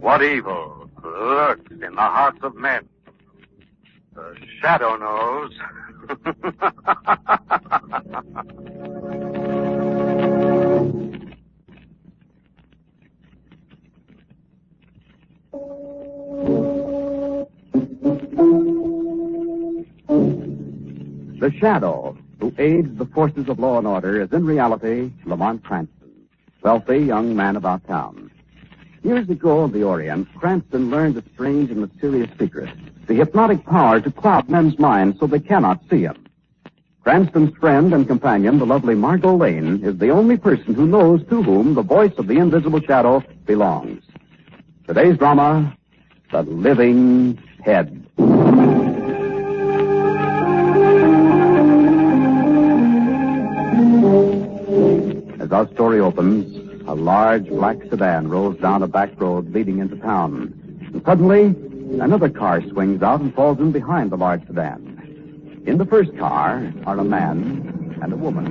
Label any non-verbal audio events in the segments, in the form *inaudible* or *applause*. what evil lurks in the hearts of men. The shadow knows. *laughs* The Shadow, who aids the forces of law and order, is in reality Lamont Cranston, wealthy young man about town. Years ago in the Orient, Cranston learned a strange and mysterious secret, the hypnotic power to cloud men's minds so they cannot see him. Cranston's friend and companion, the lovely Margot Lane, is the only person who knows to whom the voice of the invisible shadow belongs. Today's drama, The Living Head. As our story opens, a large black sedan rolls down a back road leading into town. And suddenly, another car swings out and falls in behind the large sedan. In the first car are a man and a woman.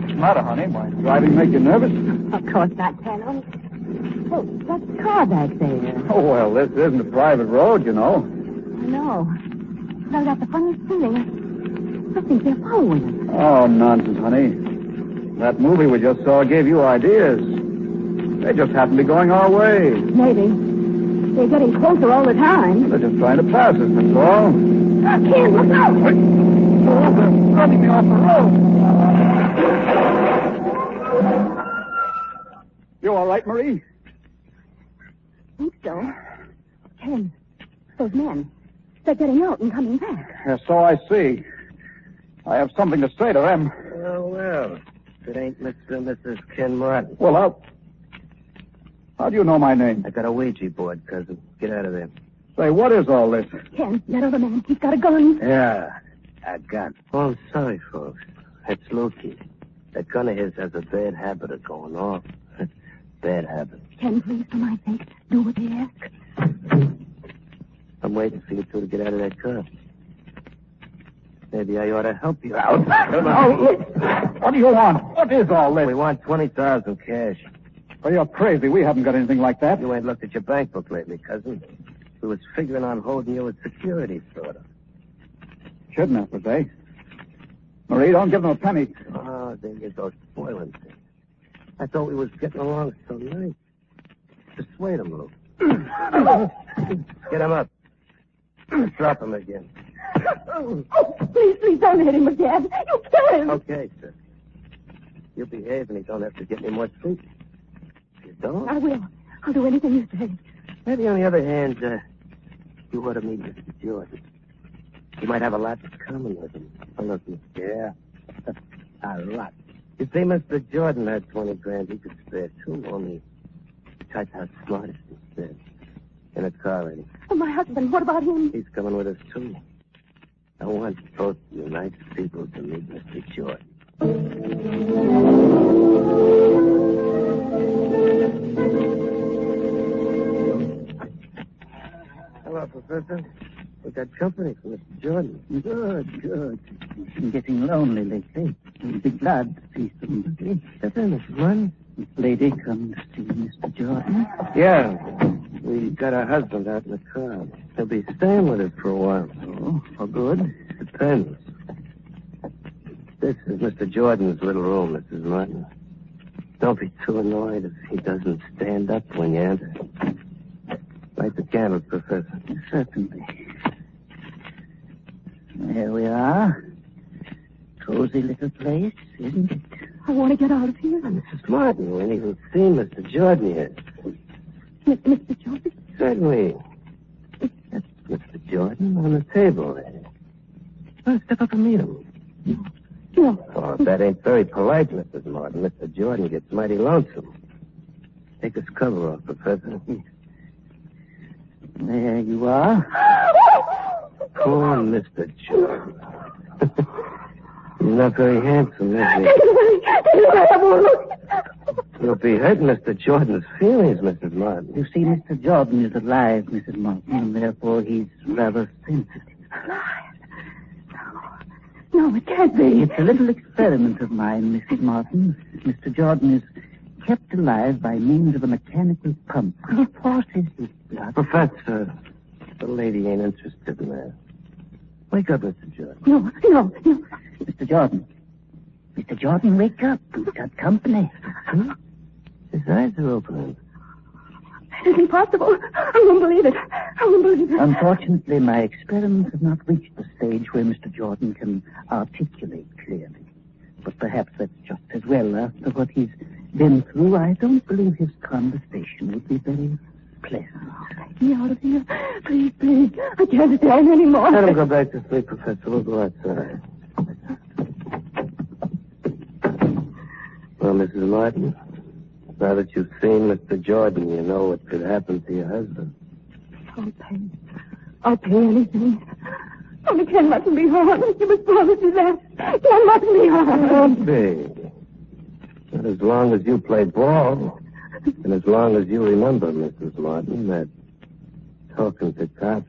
What's the matter, honey? Why, driving make you nervous? *laughs* Of course not, Colonel. Oh, that car back there. Oh, well, this isn't a private road, you know. No. But I got the funniest feeling. I think they're following us. Oh, nonsense, honey. That movie we just saw gave you ideas. They just happen to be going our way. Maybe. They're getting closer all the time. They're just trying to pass us, that's all. I can't Uh, look out. Oh, they're running me off the road. You all right, Marie? think so. Ken, those men. They're getting out and coming back. Yeah, so I see. I have something to say to them. Oh, well. If it ain't Mr. and Mrs. Ken Martin. Well, how... How do you know my name? I got a Ouija board, cousin. Get out of there. Say, what is all this? Ken, that other man. He's got a gun. Yeah, a gun. Oh, I'm sorry, folks. That's Loki. That gun of his has a bad habit of going off. *laughs* bad habit. Ken, please, for my sake, do what they ask. I'm waiting for you two to get out of that car. Maybe I ought to help you out. *laughs* Oh, look. What do you want? What is all We this? want 20000 cash. Well, you're crazy. We haven't got anything like that. You ain't looked at your bank book lately, cousin. We was figuring on holding you as security, sort of. Kidnappers, eh? Marie, don't give them a penny. *clears throat* Oh, then you those spoiling things. I thought we was getting along so nice. Persuade him, Lou. Get him up. *clears throat* Drop him again. Oh, please, please don't hit him again. You kill him. Okay, sir. You behave and you don't have to get any more sleep. If you I don't, will. I'll do anything you say. maybe on the other hand, uh, you ought to meet Mr. Jordan. You might have a lot in common with him. Oh, look, yeah. *laughs* a lot. You see, Mr. Jordan had 20 grand he could spare, too, only touch how smart he is. In a car, and Oh, my husband, what about him? He's coming with us, too. I want both you nice people to meet Mr. Jordan. Hello, Professor. We got company from Mr. Jordan. Good, good. He's been getting lonely lately. He'll be glad to see somebody. That's in Miss Martin. This lady comes to Mr. Jordan. Yeah. We got her husband out in the car. He'll be staying with us for a while. Oh, for good. Depends. This is Mr. Jordan's little room, Mrs. Martin. Don't be too annoyed if he doesn't stand up when you enter. Light the candle, Professor. Certainly. There we are. Cozy little place, isn't it? I want to get out of here. Mrs. Martin, we ain't even seen Mr. Jordan yet. M- Mr. Joseph, Certainly. That's Mr. Jordan on the table there. Well, step up and meet him. no. Oh, that ain't very polite, Mrs. Martin. Mr. Jordan gets mighty lonesome. Take his cover off, Professor. *laughs* There you are. Poor Mr. Jordan. *laughs* He's not very handsome, is Take it away. Take it away. I won't look. he? You'll be hurting Mr. Jordan's feelings, Mrs. Martin. You see, Mr. Jordan is alive, Mrs. Martin, and therefore he's rather sensitive. No, it can't be. It's a little experiment of mine, Mrs. Martin. Mr. Jordan is kept alive by means of a mechanical pump. It forces his blood. Professor, the lady ain't interested in that. Wake up, Mr. Jordan. No, no, no. Mr. Jordan. Mr. Jordan, wake up. We've got company. His eyes are opening. It's impossible. I won't believe it. I won't believe it. Unfortunately, my experiments have not reached the stage where Mr. Jordan can articulate clearly. But perhaps that's just as well. After what he's been through, I don't believe his conversation would be very pleasant. Get me out of here. Please, please. I can't stand any more. Let him go back to sleep, Professor. We'll go outside. Well, Mrs. Martin, now that you've seen Mr. Jordan, you know what could happen to your husband. I'll pay. I'll pay anything. Only Ken mustn't be harmed. You must promise me that. Ken mustn't be harmed. Be. But as long as you play ball, and as long as you remember, Mrs. Martin, that talking to cops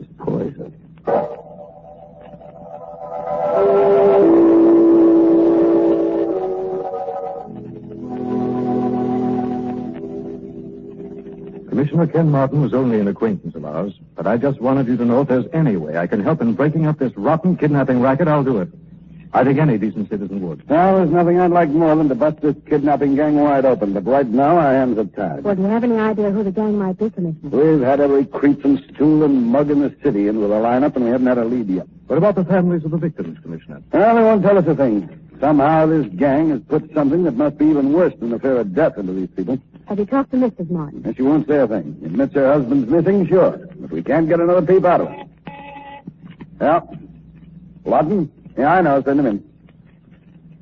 is poison. Commissioner Ken Martin was only an acquaintance of ours, but I just wanted you to know if there's any way I can help in breaking up this rotten kidnapping racket, I'll do it. I think any decent citizen would. Now, there's nothing I'd like more than to bust this kidnapping gang wide open, but right now our hands are tied. Well, do you have any idea who the gang might be, Commissioner? We've had every creep and stool and mug in the city into the lineup, and we haven't had a lead yet. What about the families of the victims, Commissioner? Well, they won't tell us a thing. Somehow this gang has put something that must be even worse than the fear of death into these people. Have you talked to Mrs. Martin? And she won't say a thing. Admits her husband's missing, sure. But we can't get another peep out of her. Well, Lawton? Yeah, I know. Send him in.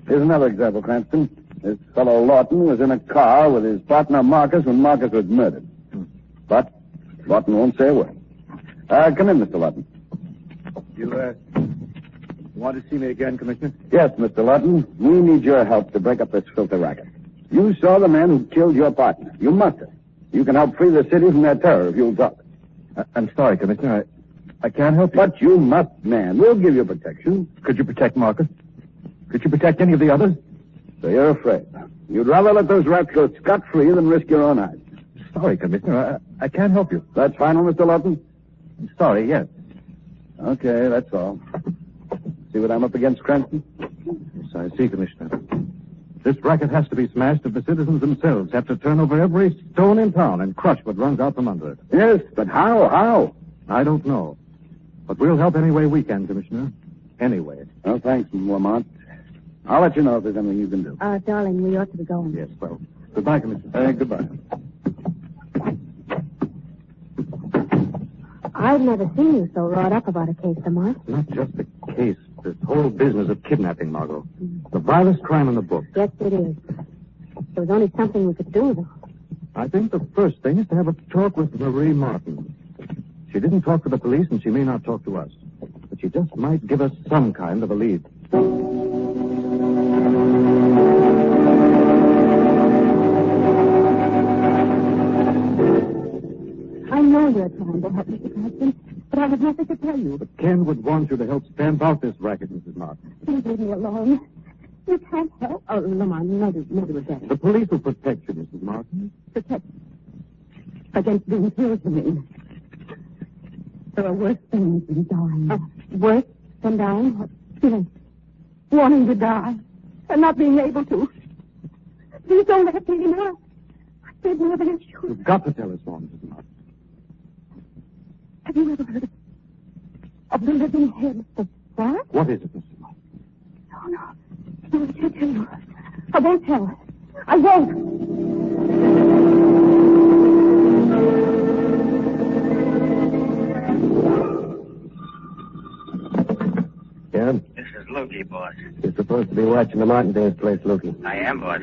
Here's another example, Cranston. This fellow Lawton was in a car with his partner Marcus when Marcus was murdered. But Lawton won't say a word. Uh, come in, Mr. Lawton. You, uh, want to see me again, Commissioner? Yes, Mr. Lawton, we need your help to break up this filthy racket. You saw the man who killed your partner. You must have. You can help free the city from their terror if you'll talk. I- I'm sorry, Commissioner. I, I can't help you. But you must, man. We'll give you protection. Could you protect Marcus? Could you protect any of the others? So you're afraid. You'd rather let those rats go scot-free than risk your own eyes. Sorry, Commissioner. I, I can't help you. That's final, Mr. Lawton? I'm sorry, yes. Okay, that's all. See what I'm up against, Cranston? Yes, I see, Commissioner. This racket has to be smashed if the citizens themselves have to turn over every stone in town and crush what runs out from under it. Yes, but how, how? I don't know. But we'll help any way we can, Commissioner. Any way. Well, thanks, Lamont. I'll let you know if there's anything you can do. Uh, darling, we ought to be going. Yes, well, goodbye, Commissioner. Uh, goodbye. I've never seen you so wrought up about a case, Lamont. Not just the case, this whole business of kidnapping, Margot. The vilest crime in the book. Yes, it is. There was only something we could do, though. I think the first thing is to have a talk with Marie Martin. She didn't talk to the police, and she may not talk to us. But she just might give us some kind of a lead. I know you're trying to help Mr. Cranston, but I have nothing to tell you. But Ken would want you to help stamp out this racket, Mrs. Martin. Please leave me alone. You can't help. Oh, Lamont, neither, neither was that. The police will protect you, Mrs. Martin. protect against being killed for me. There are worse things than dying. worse than dying? What feeling? Wanting to die and not being able to. Please don't let me know. I said never let you. You've got to tell us more, Mrs. Martin. Have you ever heard of, of the living head? The what? What is it, Mrs. Martin? No, no. No, I can't tell you. I won't tell. I won't. Ken, This is Lukey, boss. you're supposed to be watching the Martindale's place, Lukey. I am, boss.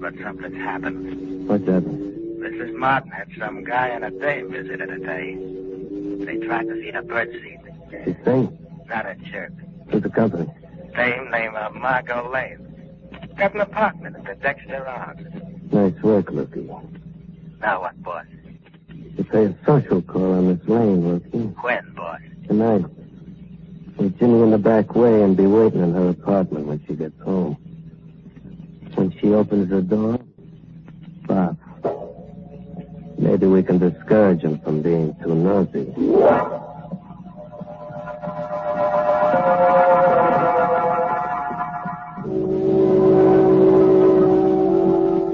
But something's happened. What's that? Mrs. Martin had some guy and a dame visited today. They tried to feed a birdseed. She sing? Not a jerk. Who's the company? Dame named uh, Margot Lane. Got an apartment at the Dexter Arms. Nice work, Lukey. Now what, boss? You pay a social call on this lane, Lukey. When, boss? Tonight. Meet Jimmy in the back way and be waiting in her apartment when she gets home. When she she opens the door, Bob. Maybe we can discourage him from being too nosy.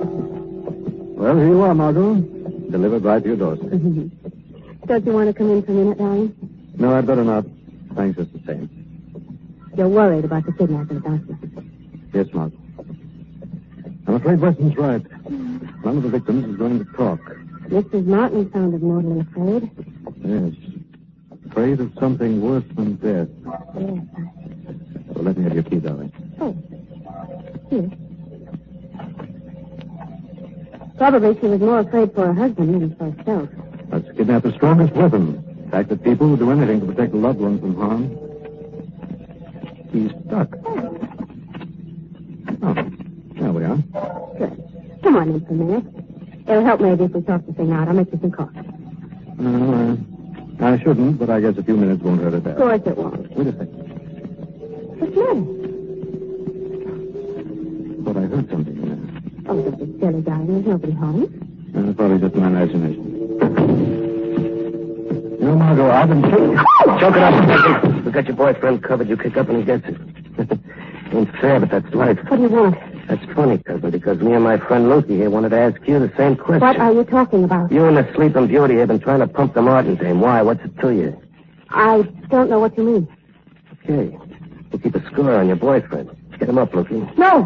Well, here you are, Margot. Delivered right to your doorstep. Mm-hmm. Don't you want to come in for a minute, darling? No, I'd better not. Thanks just the same. You're worried about the kidnapping, aren't you? Yes, Margot. I'm afraid Weston's right. None of the victims is going to talk. Mrs. Martin sounded mortally afraid. Yes. Afraid of something worse than death. Yes, Well, let me have your key, darling. Here. Probably she was more afraid for her husband than for herself. That's the kidnapper's strongest weapon. The fact that people would do anything to protect a loved one from harm. He's stuck. Oh, there we are. Good. Come on in for a minute. It'll help maybe if we talk the thing out. I'll make you some coffee. Uh, I shouldn't, but I guess a few minutes won't hurt a bit. Of course it won't. Wait a second. What's the matter? Thought I heard something in there. Oh, don't be silly, darling. There's nobody home. Uh, probably just my imagination. You know, Margot, I've been Choke it up, Detective. We got your boyfriend covered. You kick up and he gets it. *laughs* Ain't fair, but that's life. What do you want? That's funny, cousin, because me and my friend Lucy here wanted to ask you the same question. What are you talking about? You and the sleeping beauty have been trying to pump the Martin dame. Why? What's it to you? I don't know what you mean. Okay. We'll keep a score on your boyfriend. Get him up, Lucy. No.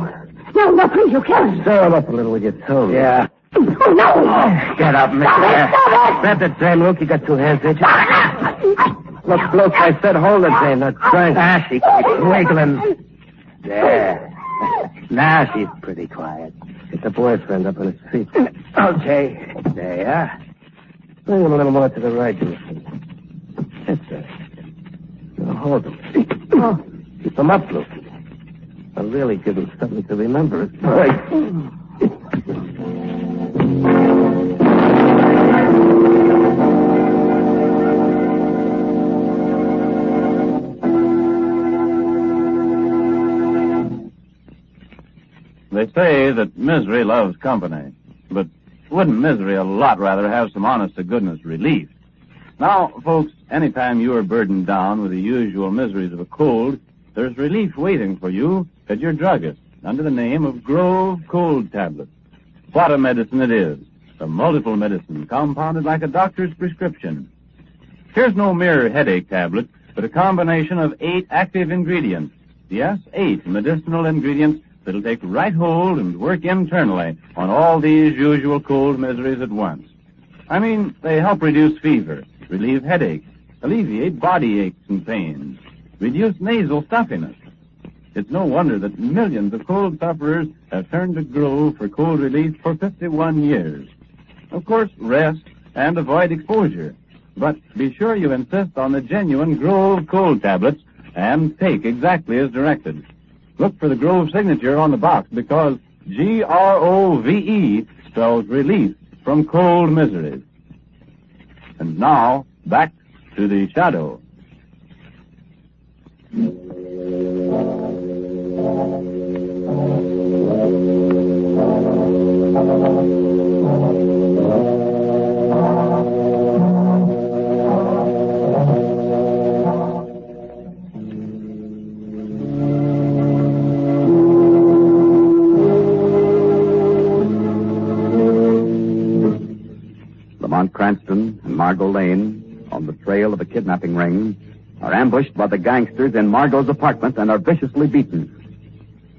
No, no, please, you kill him. Stir him up a little with your tongue. Yeah. Oh, no. Get up, mister. Stop it. Grab the dame, Luke. You got two hands, did you? Look, Luke, I said hold the dame, not strangle. Ah, she keeps wiggling. There. Now she's pretty quiet. Get the boyfriend up on his feet. Okay. There you are. Bring him a little more to the right, Lucy. That's it. Now hold him. Keep him up, Lucy. I'll really give him something to remember. It's right. They say that misery loves company, but wouldn't misery a lot rather have some honest to goodness relief? Now, folks, any time you are burdened down with the usual miseries of a cold, there's relief waiting for you at your druggist under the name of Grove Cold Tablets. What a medicine it is! A multiple medicine compounded like a doctor's prescription. Here's no mere headache tablet, but a combination of eight active ingredients. Yes, eight medicinal ingredients that'll take right hold and work internally on all these usual cold miseries at once. I mean, they help reduce fever, relieve headaches, alleviate body aches and pains, reduce nasal stuffiness. It's no wonder that millions of cold sufferers have turned to Grove for cold relief for 51 years. Of course, rest and avoid exposure. But be sure you insist on the genuine Grove cold tablets and take exactly as directed. Look for the Grove signature on the box because G R O V E spells relief from cold miseries. And now, back to the shadow. Lamont Cranston and Margot Lane, on the trail of a kidnapping ring, are ambushed by the gangsters in Margot's apartment and are viciously beaten.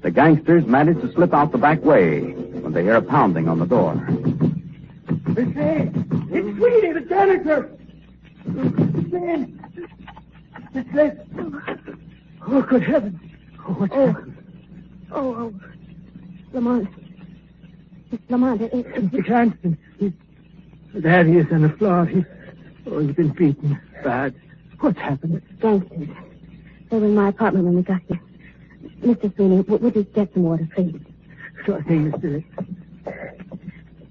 The gangsters manage to slip out the back way when they hear a pounding on the door. Hey, it's Sweetie, the janitor. Man, it's late. Oh, good heavens. What's Oh. happened? Oh, oh, Lamont. It's Lamont. It, it, it, Mr. Cranston. He's, there he is on the floor. He's, oh, he's been beaten bad. What's happened? gangsters. They were in my apartment when we got here. Mr. Sweeney, w- would you get some water, please? Sure thing, Mr.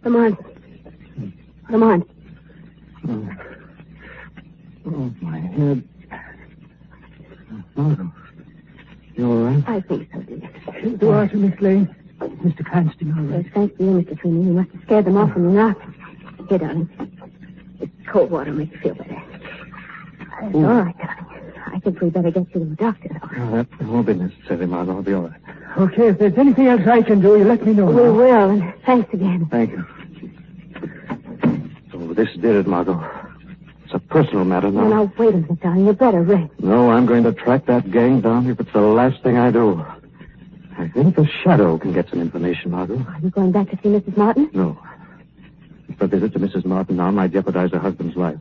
Lamont. Hmm. Lamont. Oh, my head. Margot, you all right? I think so, dear. Do I, Miss Lane? Mr. Cranston all Well, right? thanks to you, Mr. Sweeney. You must have scared them off from the knock. Here, darling. This cold water makes you feel better. That's all right, darling. I think we better get you to the doctor, though. Oh, that won't be necessary, Margot. I'll be all right. Okay, if there's anything else I can do, you let me know. We will, and thanks again. Thank you. So Oh, this did it, Margot. It's a personal matter No, no, wait a minute, darling. You better rest. No, I'm going to track that gang down if it's the last thing I do. I think the shadow can get some information, Margot. Are you going back to see Mrs. Martin? No. If a visit to Mrs. Martin now might jeopardize her husband's life.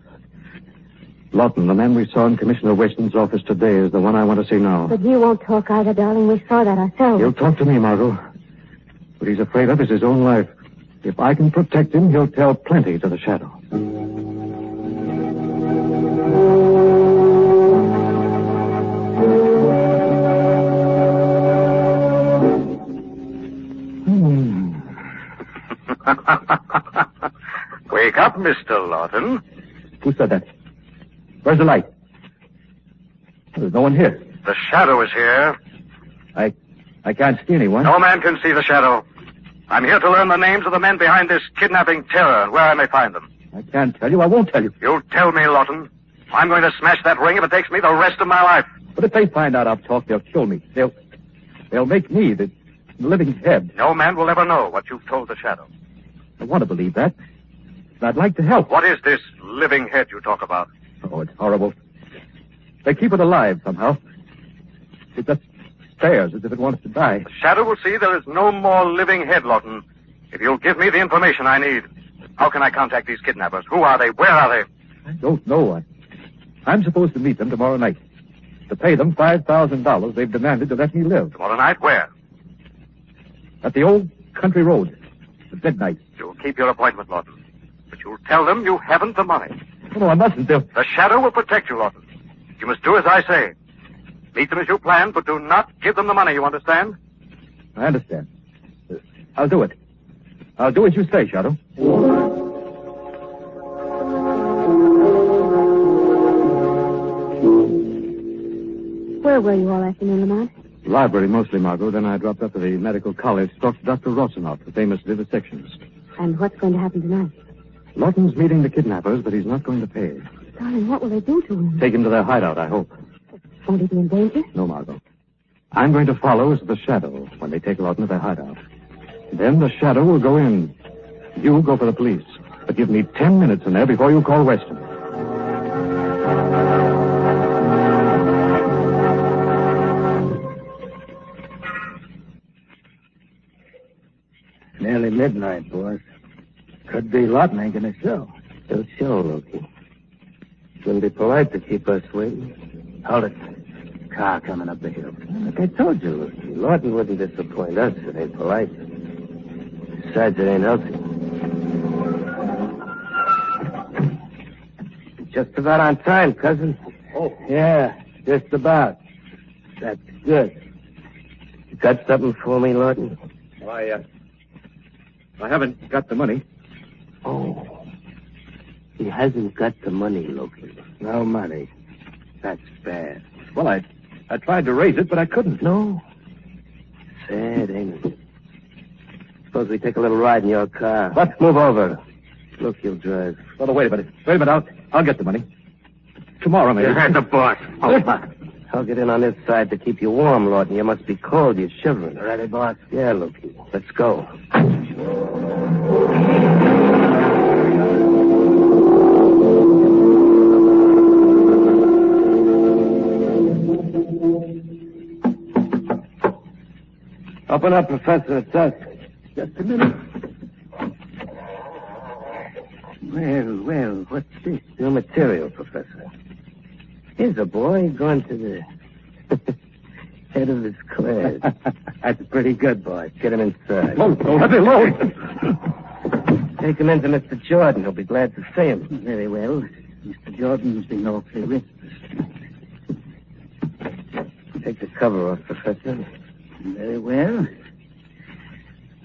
Lawton, the man we saw in Commissioner Weston's office today is the one I want to see now. But you won't talk either, darling. We saw that ourselves. He'll talk to me, Margot. What he's afraid of is his own life. If I can protect him, he'll tell plenty to the shadow. Wake up, Mr. Lawton. Who said that? Where's the light? There's no one here. The shadow is here. I I can't see anyone. No man can see the shadow. I'm here to learn the names of the men behind this kidnapping terror and where I may find them. I can't tell you. I won't tell you. You tell me, Lawton. I'm going to smash that ring if it takes me the rest of my life. But if they find out I've talked, they'll kill me. They'll they'll make me the living head. No man will ever know what you've told the shadow. I want to believe that. And I'd like to help. What is this living head you talk about? Oh, it's horrible. They keep it alive somehow. It just stares as if it wants to die. The shadow will see there is no more living head, Lawton. If you'll give me the information I need. How can I contact these kidnappers? Who are they? Where are they? I don't know. I, I'm supposed to meet them tomorrow night to pay them five thousand dollars they've demanded to let me live Tomorrow night, where? at the old country road at midnight. You'll keep your appointment, Lawton. But you'll tell them you haven't the money. Oh, no, I mustn't. They'll The shadow will protect you, Lawton. You must do as I say. Meet them as you planned, but do not give them the money, you understand? I understand. Uh, I'll do it. I'll do as you say, Shadow. Where were you all afternoon, Lamont? Library mostly, Margot. Then I dropped up to the medical college, talked to Dr. Rossenow, the famous vivisectionist. And what's going to happen tonight? Lawton's meeting the kidnappers, but he's not going to pay. Darling, what will they do to him? Take him to their hideout, I hope. Won't he be in danger? No, Margot. I'm going to follow as the shadow when they take Lawton to their hideout. Then the shadow will go in. You go for the police. But give me ten minutes in there before you call Weston. Nearly midnight, boys. Could be Lawton making a show. Don't show, Loki. Wouldn't be polite to keep us waiting. Hold it. Car coming up the hill. Like I told you, Loki, Lawton wouldn't disappoint us if they polite. Besides, it ain't healthy. Just about on time, cousin. Oh. Yeah, just about. That's good. You got something for me, Lawton? I, uh, I haven't got the money. Oh. He hasn't got the money, Loki. No money. That's bad. Well, I, I tried to raise it, but I couldn't. No. Sad, ain't it? Suppose we take a little ride in your car. Let's move over. Look, you'll drive. Well, wait a minute. Wait a minute. I'll, I'll get the money. Tomorrow, maybe. *laughs* the boss. I'll get in on this side to keep you warm, Lawton. You must be cold. You're shivering. Ready, boss? Yeah, Loki. Let's go. Open up, Professor. It's us. Just a minute. Well, well, what's this? New material, Professor. Here's a boy going to the *laughs* head of his class. *laughs* That's pretty good, boy. Get him inside. Load, load, heavy load. Take him in to Mr. Jordan. He'll be glad to see him. Very well. Mr. Jordan's been awfully restless. Take the cover off, Professor. Very well.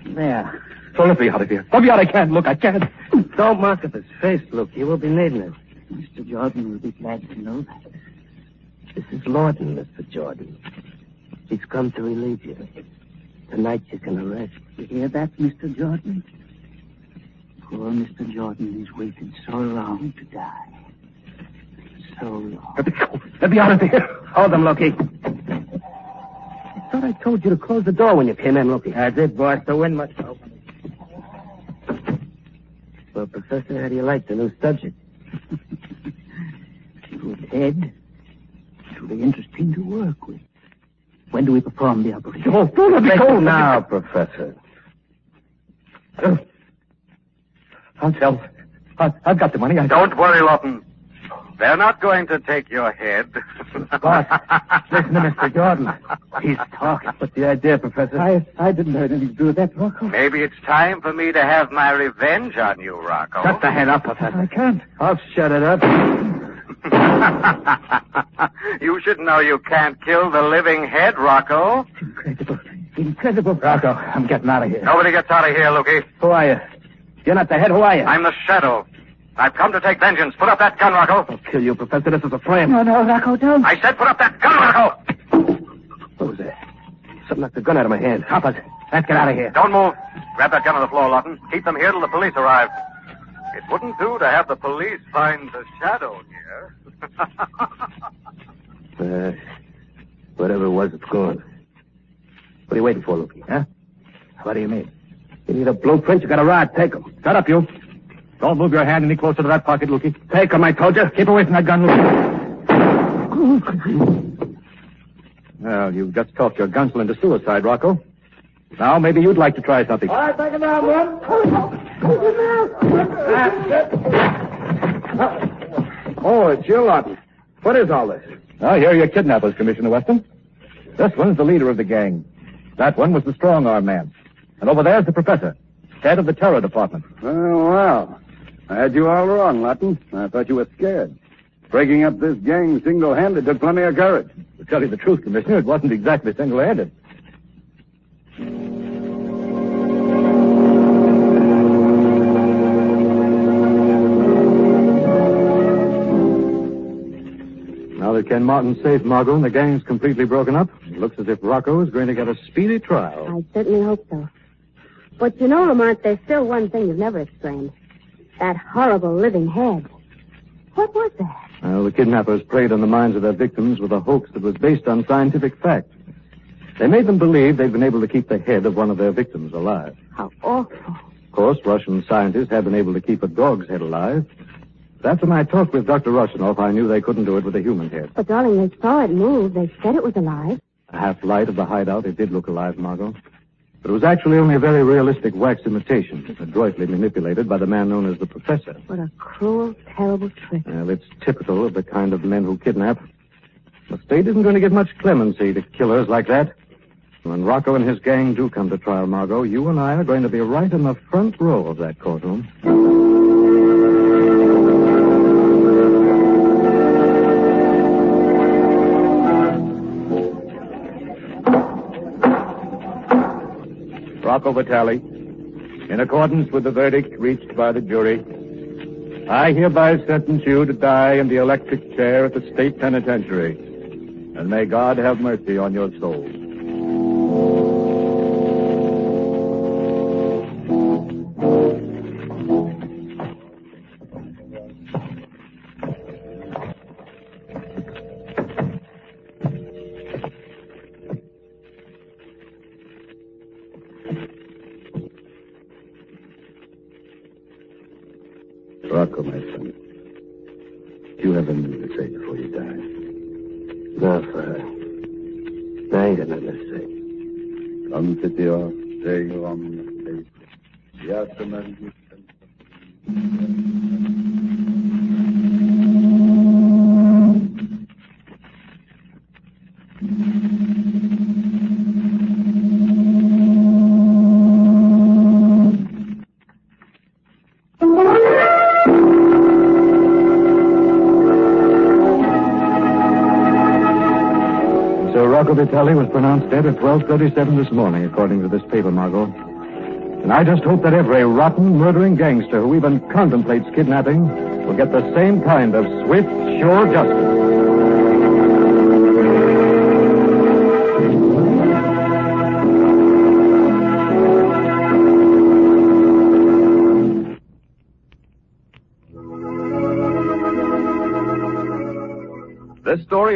There. So let me out of here. Let me out. I can't. Look, I can't. *laughs* Don't mark up his face, Luke. You will be needing him. Mr. Jordan will be glad to know that. This is Lawton, Mr. Jordan. He's come to relieve you. Tonight you can arrest. You hear that, Mr. Jordan? Poor Mr. Jordan has waited so long to die. So long. Let me go. Let me out of here. Hold them, Loki. I thought I told you to close the door when you came in, Loki. I did, boss. The wind must open. Well, Professor, how do you like the new subject? *laughs* Good head. It'll be interesting to work with. When do we perform the operation? Oh, do let me go *laughs* now, Professor. Oh. I'll tell. I, I've got the money. I Don't worry, Lawton. They're not going to take your head. Boss, listen to Mr. Jordan. He's talking. What's the idea, Professor? I, I didn't have anything to do with that, Rocco. Maybe it's time for me to have my revenge on you, Rocco. Shut the head up, Professor. I can't. I'll shut it *laughs* up. *laughs* you should know you can't kill the living head, Rocco. Incredible. Incredible. Rocco, I'm getting out of here. Nobody gets out of here, Lukey. Who are you? You're not the head. Who are you? I'm the shadow. I've come to take vengeance. Put up that gun, Rocco. I'll kill you, Professor. This is a frame. No, no, Rocco, don't. I said put up that gun, Rocco. What was that? Something knocked the gun out of my hand. Hop it. Let's get out of here. Don't move. Grab that gun on the floor, Lawton. Keep them here till the police arrive. It wouldn't do to have the police find the shadow here. Uh, whatever it was, it's gone. What are you waiting for, Loki? Huh? What do you mean? You need a blueprint. You got a rod. Take 'em. Shut up, you. Don't move your hand any closer to that pocket, Lucky. Take 'em, I told you. Keep away from that gun, Lucky. Well, you've just talked your gunsel into suicide, Rocco. Now maybe you'd like to try something. right, back it down, one. Take Oh, it's you, Lawton. What is all this? Now, here are your kidnappers, Commissioner Weston. This one's the leader of the gang. That one was the strong arm man. And over there's the professor, head of the terror department. Oh, well. I had you all wrong, Lawton. I thought you were scared. Breaking up this gang single-handed took plenty of courage. To tell you the truth, Commissioner, it wasn't exactly single-handed. Now that Ken Martin saved Margot and the gang's completely broken up, it looks as if Rocco is going to get a speedy trial. I certainly hope so. But you know, Lamont, there's still one thing you've never explained. That horrible living head. What was that? Well, the kidnappers preyed on the minds of their victims with a hoax that was based on scientific fact. They made them believe they'd been able to keep the head of one of their victims alive. How awful. Of course, Russian scientists have been able to keep a dog's head alive. But after my talk with Dr. Roshinoff, I knew they couldn't do it with a human head. But, darling, they saw it move. They said it was alive. The half light of the hideout, it did look alive, Margot. But it was actually only a very realistic wax imitation, adroitly manipulated by the man known as the Professor. What a cruel, terrible trick. Well, it's typical of the kind of men who kidnap. The state isn't going to give much clemency to killers like that. When Rocco and his gang do come to trial, Margot, you and I are going to be right in the front row of that courtroom. Rocco Vitale, in accordance with the verdict reached by the jury, I hereby sentence you to die in the electric chair at the state penitentiary. And may God have mercy on your soul. Rocco, my son. You have anything to say before you die? No, Father. I ain't got nothing to say. Confidior, de omnes, Yasum So Rocco Vitale was pronounced dead at 1237 this morning, according to this paper, Margot. And I just hope that every rotten, murdering gangster who even contemplates kidnapping will get the same kind of swift, sure justice. story